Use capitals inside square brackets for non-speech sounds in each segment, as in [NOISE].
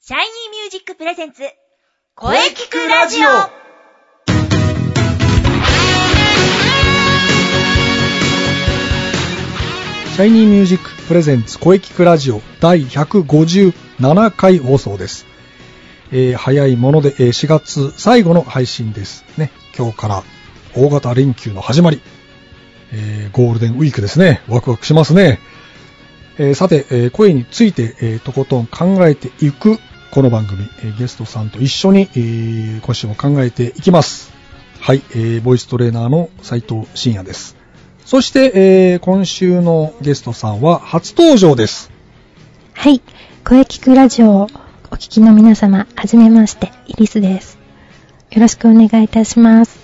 シャイニーミュージックプレゼンツ、声聞くラジオシャイニーミュージックプレゼンツ声聞くラジオ第157回放送です。えー早いもので、えー4月最後の配信ですね。今日から大型連休の始まり、えーゴールデンウィークですね。ワクワクしますね。えーさて、えー声について、えーとことん考えていくこの番組、えーゲストさんと一緒に、えー今週も考えていきます。はい、えーボイストレーナーの斉藤慎也です。そして、えー今週のゲストさんは初登場です。はい。声聞くラジオをお聞きの皆様、はじめまして、イリスです。よろしくお願いいたします。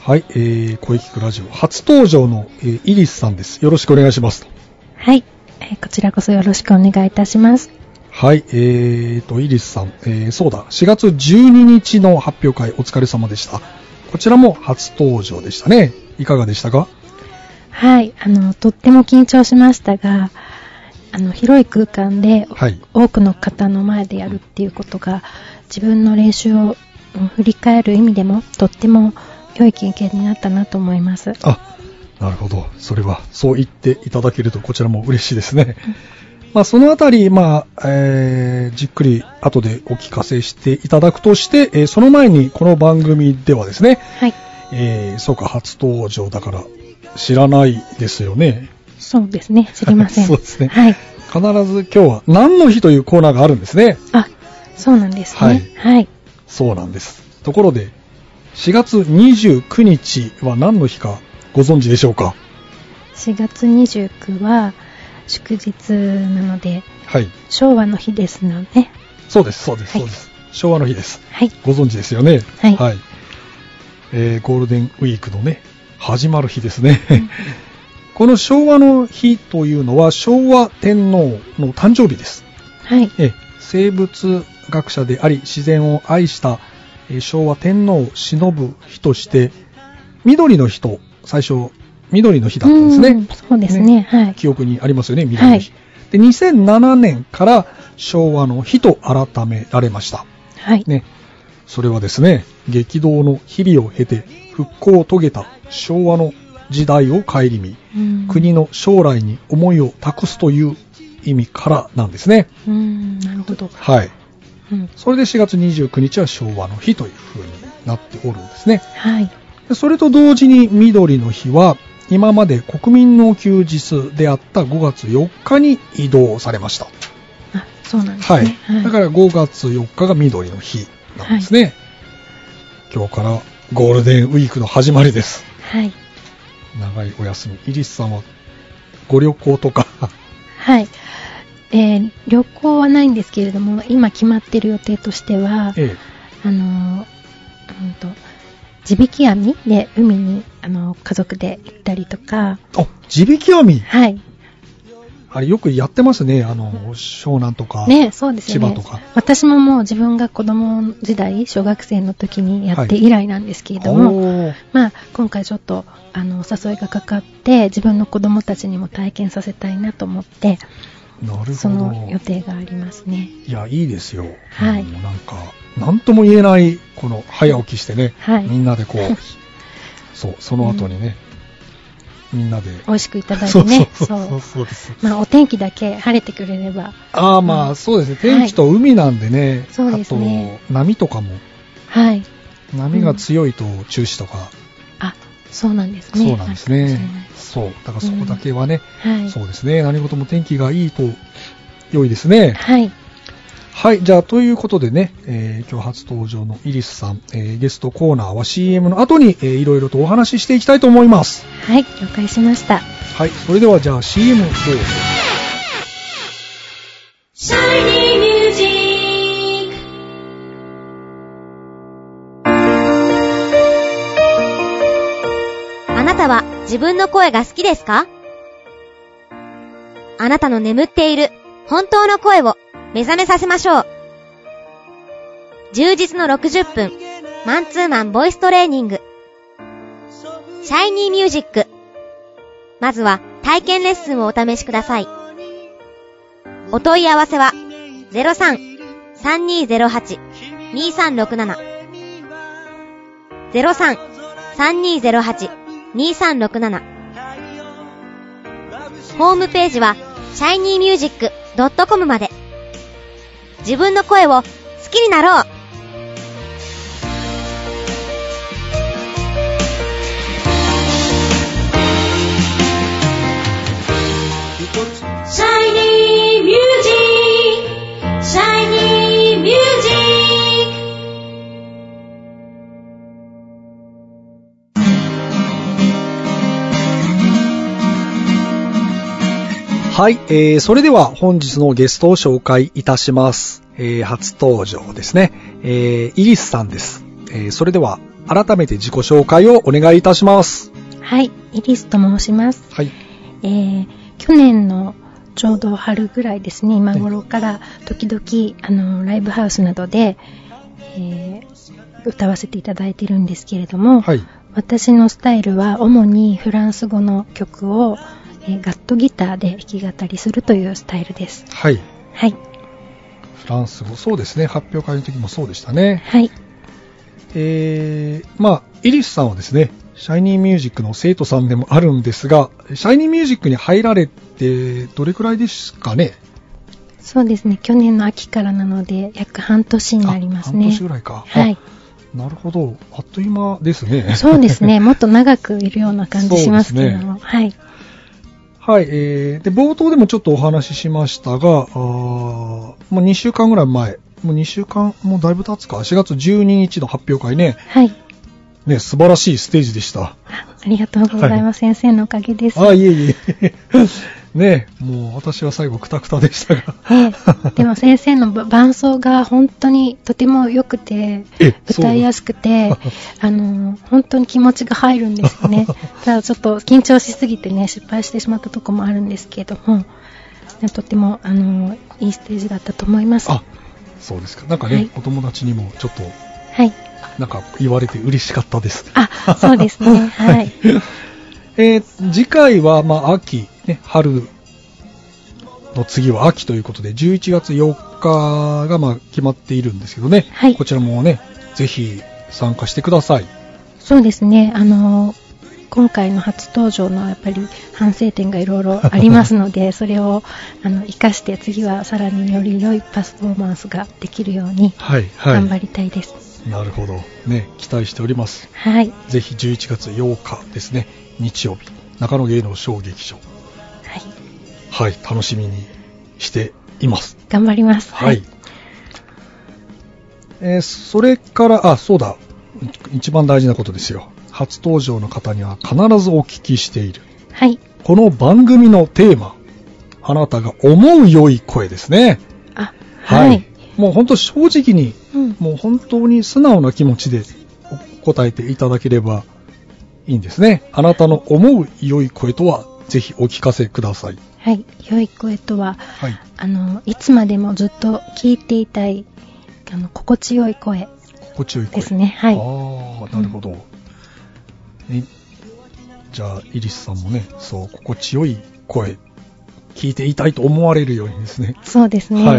はい、えー、声聞くラジオ初登場の、えーイリスさんです。よろしくお願いします。はい。えーこちらこそよろしくお願いいたします。はい、えーと、イリスさん、えーそうだ、4月12日の発表会お疲れ様でした。こちらも初登場でしたね。いかがでしたかはい。あの、とっても緊張しましたが、あの、広い空間で、はい多くの方の前でやるっていうことが、自分の練習をうん振り返る意味でも、とっても良い経験になったなと思います。あ、なるほど。それは、そう言っていただけると、こちらも嬉しいですね。まあ、そのあたり、まあ、えーじっくり後でお聞かせしていただくとして、えーその前にこの番組ではですね、はい。えーそうか、初登場だから知らないですよね。そうですね。知りません。 [LAUGHS] そうですねはい。必ず今日は何の日というコーナーがあるんですね。あ、そうなんですね。はいはいそうなんです。ところで、4月29日は何の日かご存知でしょうか4月29は祝日なのではい。昭和の日ですので、そうです、そうです、はいそうです。昭和の日です。はい、ご存知ですよね。はいえーゴールデンウィークのね、始まる日ですね。 [LAUGHS] この昭和の日というのは昭和天皇の誕生日です。はい、えー生物学者であり自然を愛した、えー昭和天皇を偲ぶ日として、緑の日と最初、緑の日だったんですうんね。そうですねはい記憶にありますよね、緑の日。はで、2007年から昭和の日と改められました。はい、ね、それはですね、激動の日々を経て復興を遂げた昭和の時代を顧み、うん、国の将来に思いを託すという意味からなんですね。うん、なるほど、はい。うん、それで4月29日は昭和の日という風になっておるんですね。はい、でそれと同時に緑の日は、今まで国民の休日であった5月4日に移動されました。あ、そうなんですはいね、。はい、、だからら5月4日が緑の日なんですね。今日からゴールデンウィークの始まりです。はい、長いお休み。イリスさんはご旅行と [LAUGHS] か。はい、えー旅行はないんですけれども、今決まっている予定としては、ええ。あのー、うんと、地引き網で海にあの家族で行ったりとか、あ、地引き網。はい、あれよくやってますね。あの、湘南とか。ね、そうですよね。千葉とか私ももう自分が子供時代、小学生の時にやって以来なんですけれども、おーまあ、今回ちょっと、あの、お誘いがかかって、自分の子供たちにも体験させたいなと思って、なるそほのど。予定がありますね。いや、いいですよ。はいうんなんか、なんとも言えない、この、早起きしてね、はいみんなでこう、 [LAUGHS] そう、その後にね、みんなで、美味しくいただいそてう [LAUGHS] そうね。そうそうそうそうです。まあ、お天気だけ晴れてくれれば、ああ、まあ、そうですね。天気と海なんでね、そうですねあと、波とかも、はい。波が強いと中止とか、あ、そうなんですね。そうなんですあるねかもしれない。そう、だからそこだけはね、はい。そうですね。何事も天気がいいと良いですね。はい。はい、じゃあ、ということでね、えー今日初登場のイリスさん、えーゲストコーナーは CM の後に、えーいろいろとお話ししていきたいと思います。はい。了解しました。はい、それではじゃあ CM どうぞ。シャイニーミュージックあなたは自分の声が好きですかあなたの眠っている本当の声を目覚めさせましょう。充実の60分、マンツーマンボイストレーニング。シャイニーミュージック。まずは体験レッスンをお試しください。お問い合わせは03-3588-8888 3208-2367 03-3208-2367ホームページは shinymusic.com まで自分の声を好きになろうシャイニーミュージックシャイニーミュージッはい、えー、それでは本日のゲストを紹介いたします。えー、初登場ですね。えー、イギスさんです。えー、それでは改めて自己紹介をお願いいたします。はい、イリスと申します。はい。えー去年のちょうど春ぐらいですね、今頃から時々、あの、ライブハウスなどで、えー歌わせていただいてるんですけれども、はい。私のスタイルは主にフランス語の曲を、えーガットギターで弾き語りするというスタイルです。はい。はい。フランス語、そうですね。発表会の時もそうでしたね。はい。えー、まあ、イリスさんはですね、シャイニーミュージックの生徒さんでもあるんですが、シャイニーミュージックに入られて、どれくらいですかねそうですね、去年の秋からなので、約半年になりますね。あ半年ぐらいか。はい。あ。なるほど。あっという間ですね。そうですね、もっと長くいるような感じしますけれども、はい。はい、えー、で、冒頭でもちょっとお話ししましたが、あーもう2週間ぐらい前、もう2週間、もうだいぶ経つか、4月12日の発表会ね、はい。ね、素晴らしいステージで [LAUGHS] した。あありがとうございます。先生のおかげです。あ、いえいえ。 [LAUGHS] ね、もう私は最後クタクタでしたが。 [LAUGHS] ええでも先生のば伴奏が本当にとても良くて、えそう歌いやすくて、あの、本当に気持ちが入るんですよ [LAUGHS] ね。ただちょっと緊張しすぎてね、失敗してしまったとこもあるんですけども、とても、あの、いいステージだったと思います。あ、そうですか。なんかね、はいお友達にもちょっと、はい。なんか言われて嬉しかったです。あ、そうです [LAUGHS] ね。はい。えー次回は、まあ、秋、ね、春の次は秋ということで、11月4日が、まあ、決まっているんですけどね、はいこちらもね、ぜひ参加してください。そうですね。あの、今回の初登場のやっぱり反省点がい [LAUGHS] ろいろありますので、それをあの活かして次はさらにより良いパフォーマンスができるようにはい、は頑張りたいです。い。なるほど。ね、期待しております。はい。ぜひ11月8日ですね、日曜日、中野芸能小劇場。はい。はい、楽しみにしています。頑張ります。はい。。えーそれから、あ、そうだ。一番大事なことですよ。初登場の方には必ずお聞きしている。はい。この番組のテーマ。あなたが思う良い声ですね。あ、はい。。もう本当正直に、うん。もう本当に素直な気持ちでお答えていただければいいんですね。あなたの思う良い声とは、ぜひお聞かせください。はい。良い声とは、はい。あの、いつまでもずっと聞いていたい、あの、心地よい声心地よい声。ですね。はい。ああ、なるほど。えじゃあ、イリスさんもね、そう、心地よい声、聞いていたいと思われるようにですね。そうですね。は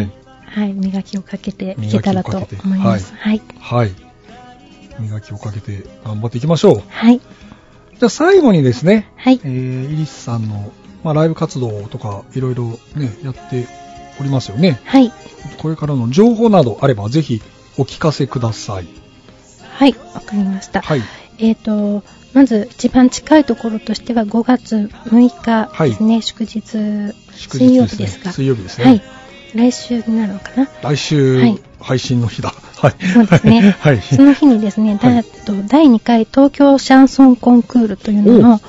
はいい。磨きをかけていけたらと磨きをかけて思います。はい。はい。磨きをかけて頑張っていきましょう。はい。じゃあ、最後にですね、はいえ。ーイリスさんの、まあ、ライブ活動とか、いろいろね、やっておりますよね。はい。これからの情報などあれば、ぜひお聞かせください。はい。わかりました。はい。えっ、と、まず一番近いところとしては5月6日ですね、祝日、祝水日曜で日すでねすが。水曜日ですねはい。来週になるのか [LAUGHS] な来週、はい配信の日だ。はい。そうです [LAUGHS] ね。はい。その日にですね、だはいと第2回東京シャンソンコンクールというおのうの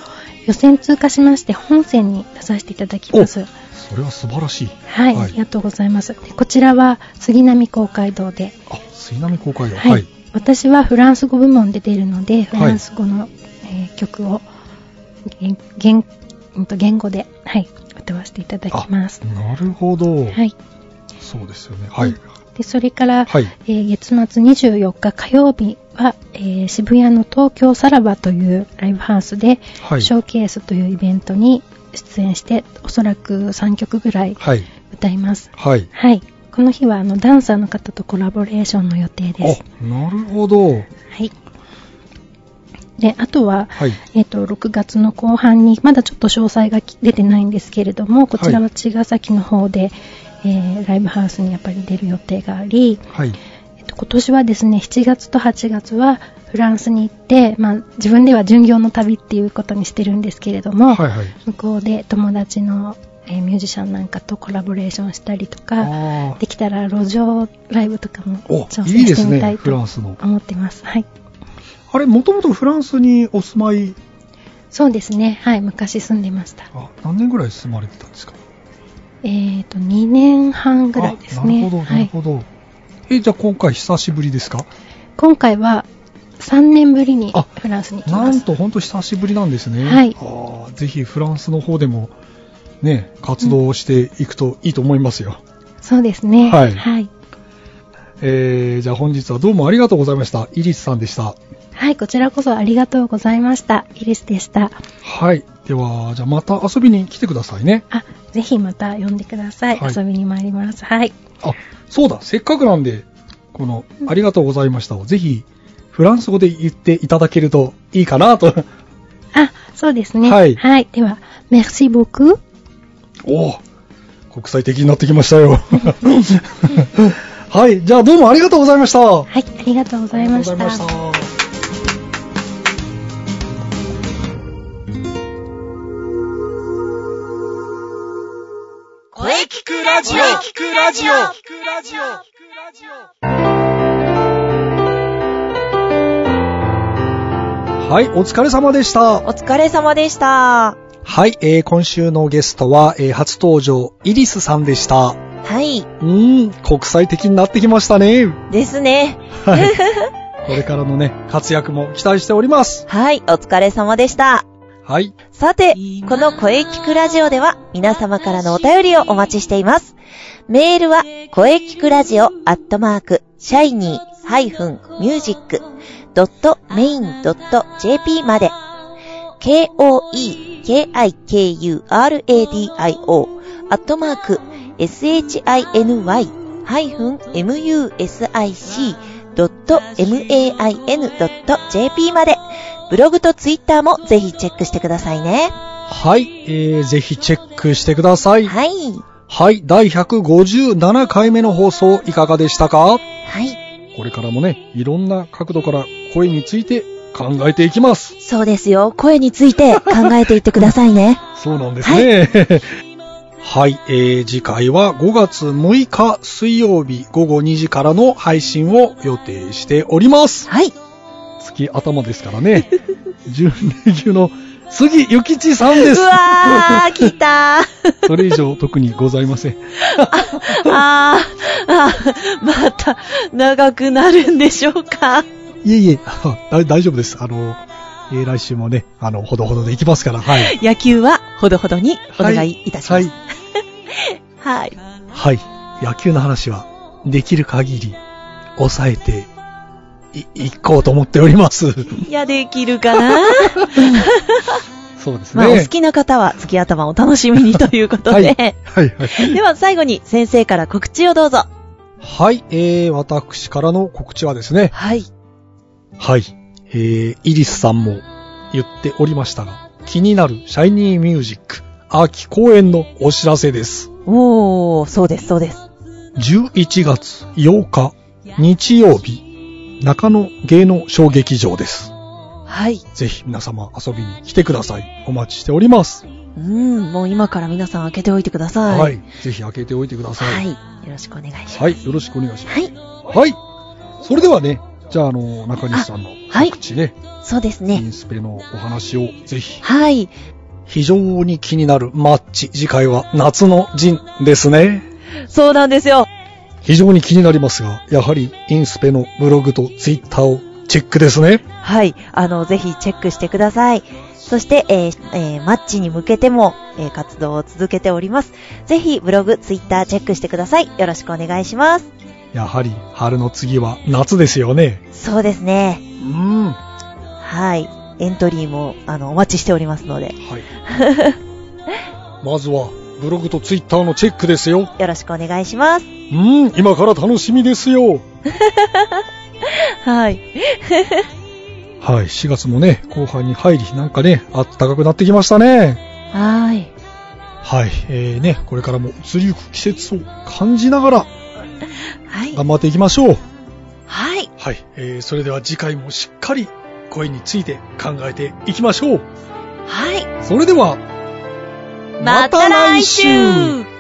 予選通過しまして本戦に出させていただきます。それは素晴らしい。はい、ありがとうございます。でこちらは杉並公会堂で、あ、水波公会堂。はい、はい。私はフランス語部門で出るので、はフいランス語の、えー曲を言言うんと言語で、はい、歌わせていただきますあ。なるほど。はい。そうですよね。はい。でそれから、はいえー月末24日火曜日は、えー渋谷の東京さらばというライブハウスで、はいショーケースというイベントに出演して、おそらく3曲ぐらいはい。歌います。はい。はい。この日はあのダンサーの方とコラボレーションの予定です。あ、なるほど。はい。で、あとは、はい。えっ、と、6月の後半に、まだちょっと詳細がき出てないんですけれども、こちらは茅ヶ崎の方で、えーライブハウスにやっぱり出る予定があり、はい。えっと今年はですね、7月と8月はフランスに行って、まあ、自分では巡業の旅っていうことにしてるんですけれども、はいはい。向こうで友達の、えーミュージシャンなんかとコラボレーションしたりとか、あできたら路上ライブとかもお挑戦いいでしてすみたね、いフラとンスの。思ってます。はい。あれ、もともとフランスにお住まい、そうですね。はい。昔住んでました。あ何年ぐらい住まれてたんですかえっ、と、2年半ぐらいですね。あなるほど、はなるい。ほど。え、じゃあ今回久しぶりですか今回は3年ぶりにあフランスに来なまんす。と本当久しぶりなんですね。はいあーぜひフランスの方でも、ね、活動していくといいと思いますよ。そうですね。はいはい。えー、じゃあ本日はどうもありがとうございました。イリスさんでした。はい、こちらこそありがとうございました。イリスでした。はい。では、じゃあまた遊びに来てくださいね。あ、ぜひまた呼んでください。はい遊びに参ります。はい。あ、そうだ、せっかくなんで、この、ありがとうございましたを、ぜひ、フランス語で言っていただけるといいかなと。 [LAUGHS] あ、そうですね。はいはい。では、merci beaucoup。おお国際的になってきましたよ。 [LAUGHS] はい。じゃあどうもありがとうございました。あはい、ありがとうございました。りがとうございました。声聞くラジオ聞くラジオはい、お疲れ様でした。お疲れ様でした。はい、えー、今週のゲストは、えー、初登場、イリスさんでした。うはい。ーん、国際的になってきましたね。ですね。はい。これからのね、活躍も期待しております。はい。お疲れ様でした。はい。さて、この声聞くラジオでは皆様からのお便りをお待ちしています。メールは、声聞くラジオアットマーク、シャイニーハイフンミュージックドットメインドット JP まで、k-o-e-k-i-k-u-r-a-d-i-o アットマーク、shiny ハイフン music ドット main ドット JP まで、ブログとツイッターもぜひチェックしてくださいね。はい、えー、ぜひチェックしてください。はい。はい、第157回目の放送いかがでしたかはい。これからもね、いろんな角度から声について考えていきます。そうですよ。声について考えていってくださいね。そうなんですね。はい、えー、次回は5月6日水曜日午後2時からの配信を予定しておりま [LAUGHS] す。はい。月頭ですからね。準レギュの杉ゆきちさんですう。わー、来 [LAUGHS] たー。それ以上特にございません。あー、あー、また、長くなるんでしょうか。いえい [LAUGHS] え、あだ大丈夫です。あの、えー来週もね、あの、ほどほどでいきますから、はい。野球はほどほどにお願いいたしまはすい。。はい。はい。野球の話は、できる限り、抑えて、い、いこうと思っております。いや、できるか [LAUGHS] なそうですまね。あ、お好きな方は月頭をお楽しみにということで。はい、は [LAUGHS] い。では、最後に先生から告知をどうぞ。はい、えー、私からの告知はですね、はい。はい。えー、イリスさんも言っておりましたが、気になるシャイニーミュージック秋公演のお知らせです。おー、そうです、そうです。 11月8日日曜日、中野芸能小劇場です。はい。ぜひ皆様遊びに来てください。お待ちしております。うん、もう今から皆さん開けておいてください。はい。ぜひ開けておいてくださ。はいいよろしくお願いします。はい。よろしくお願いします。はい。はい。それではね、じゃあ、あの、中西さんのはい告知ね、そうですイね。ンスペのお話をぜひ。はい。非常に気になるマッチ。次回は夏の陣ですね。そうなんですよ。非常に気になりますが、やはりインスペのブログとツイッターをチェックですね。はい。あの、ぜひチェックしてください。そして、えーえーマッチに向けても、えー活動を続けております。ぜひ、ブログ、ツイッターチェックしてください。よろしくお願いします。やはり春の次は夏ですよね。そうですうね。ん。ははい。エントリーも、あの、お待ちしておりますので、い。 [LAUGHS] まずはブログとツイッターのチェックですよ。よろしくお願いします。うん、今から楽しみですよ。はい。はい、4月もね、後半に入り、なんかね、あったかくなってきましたね。はーい。はい、えーね、これからも移りゆく季節を感じながらはい。頑張っていきましょう。はい。はい、えー、それでは次回もしっかり声について考えていきましょう。はい。それでは、また来週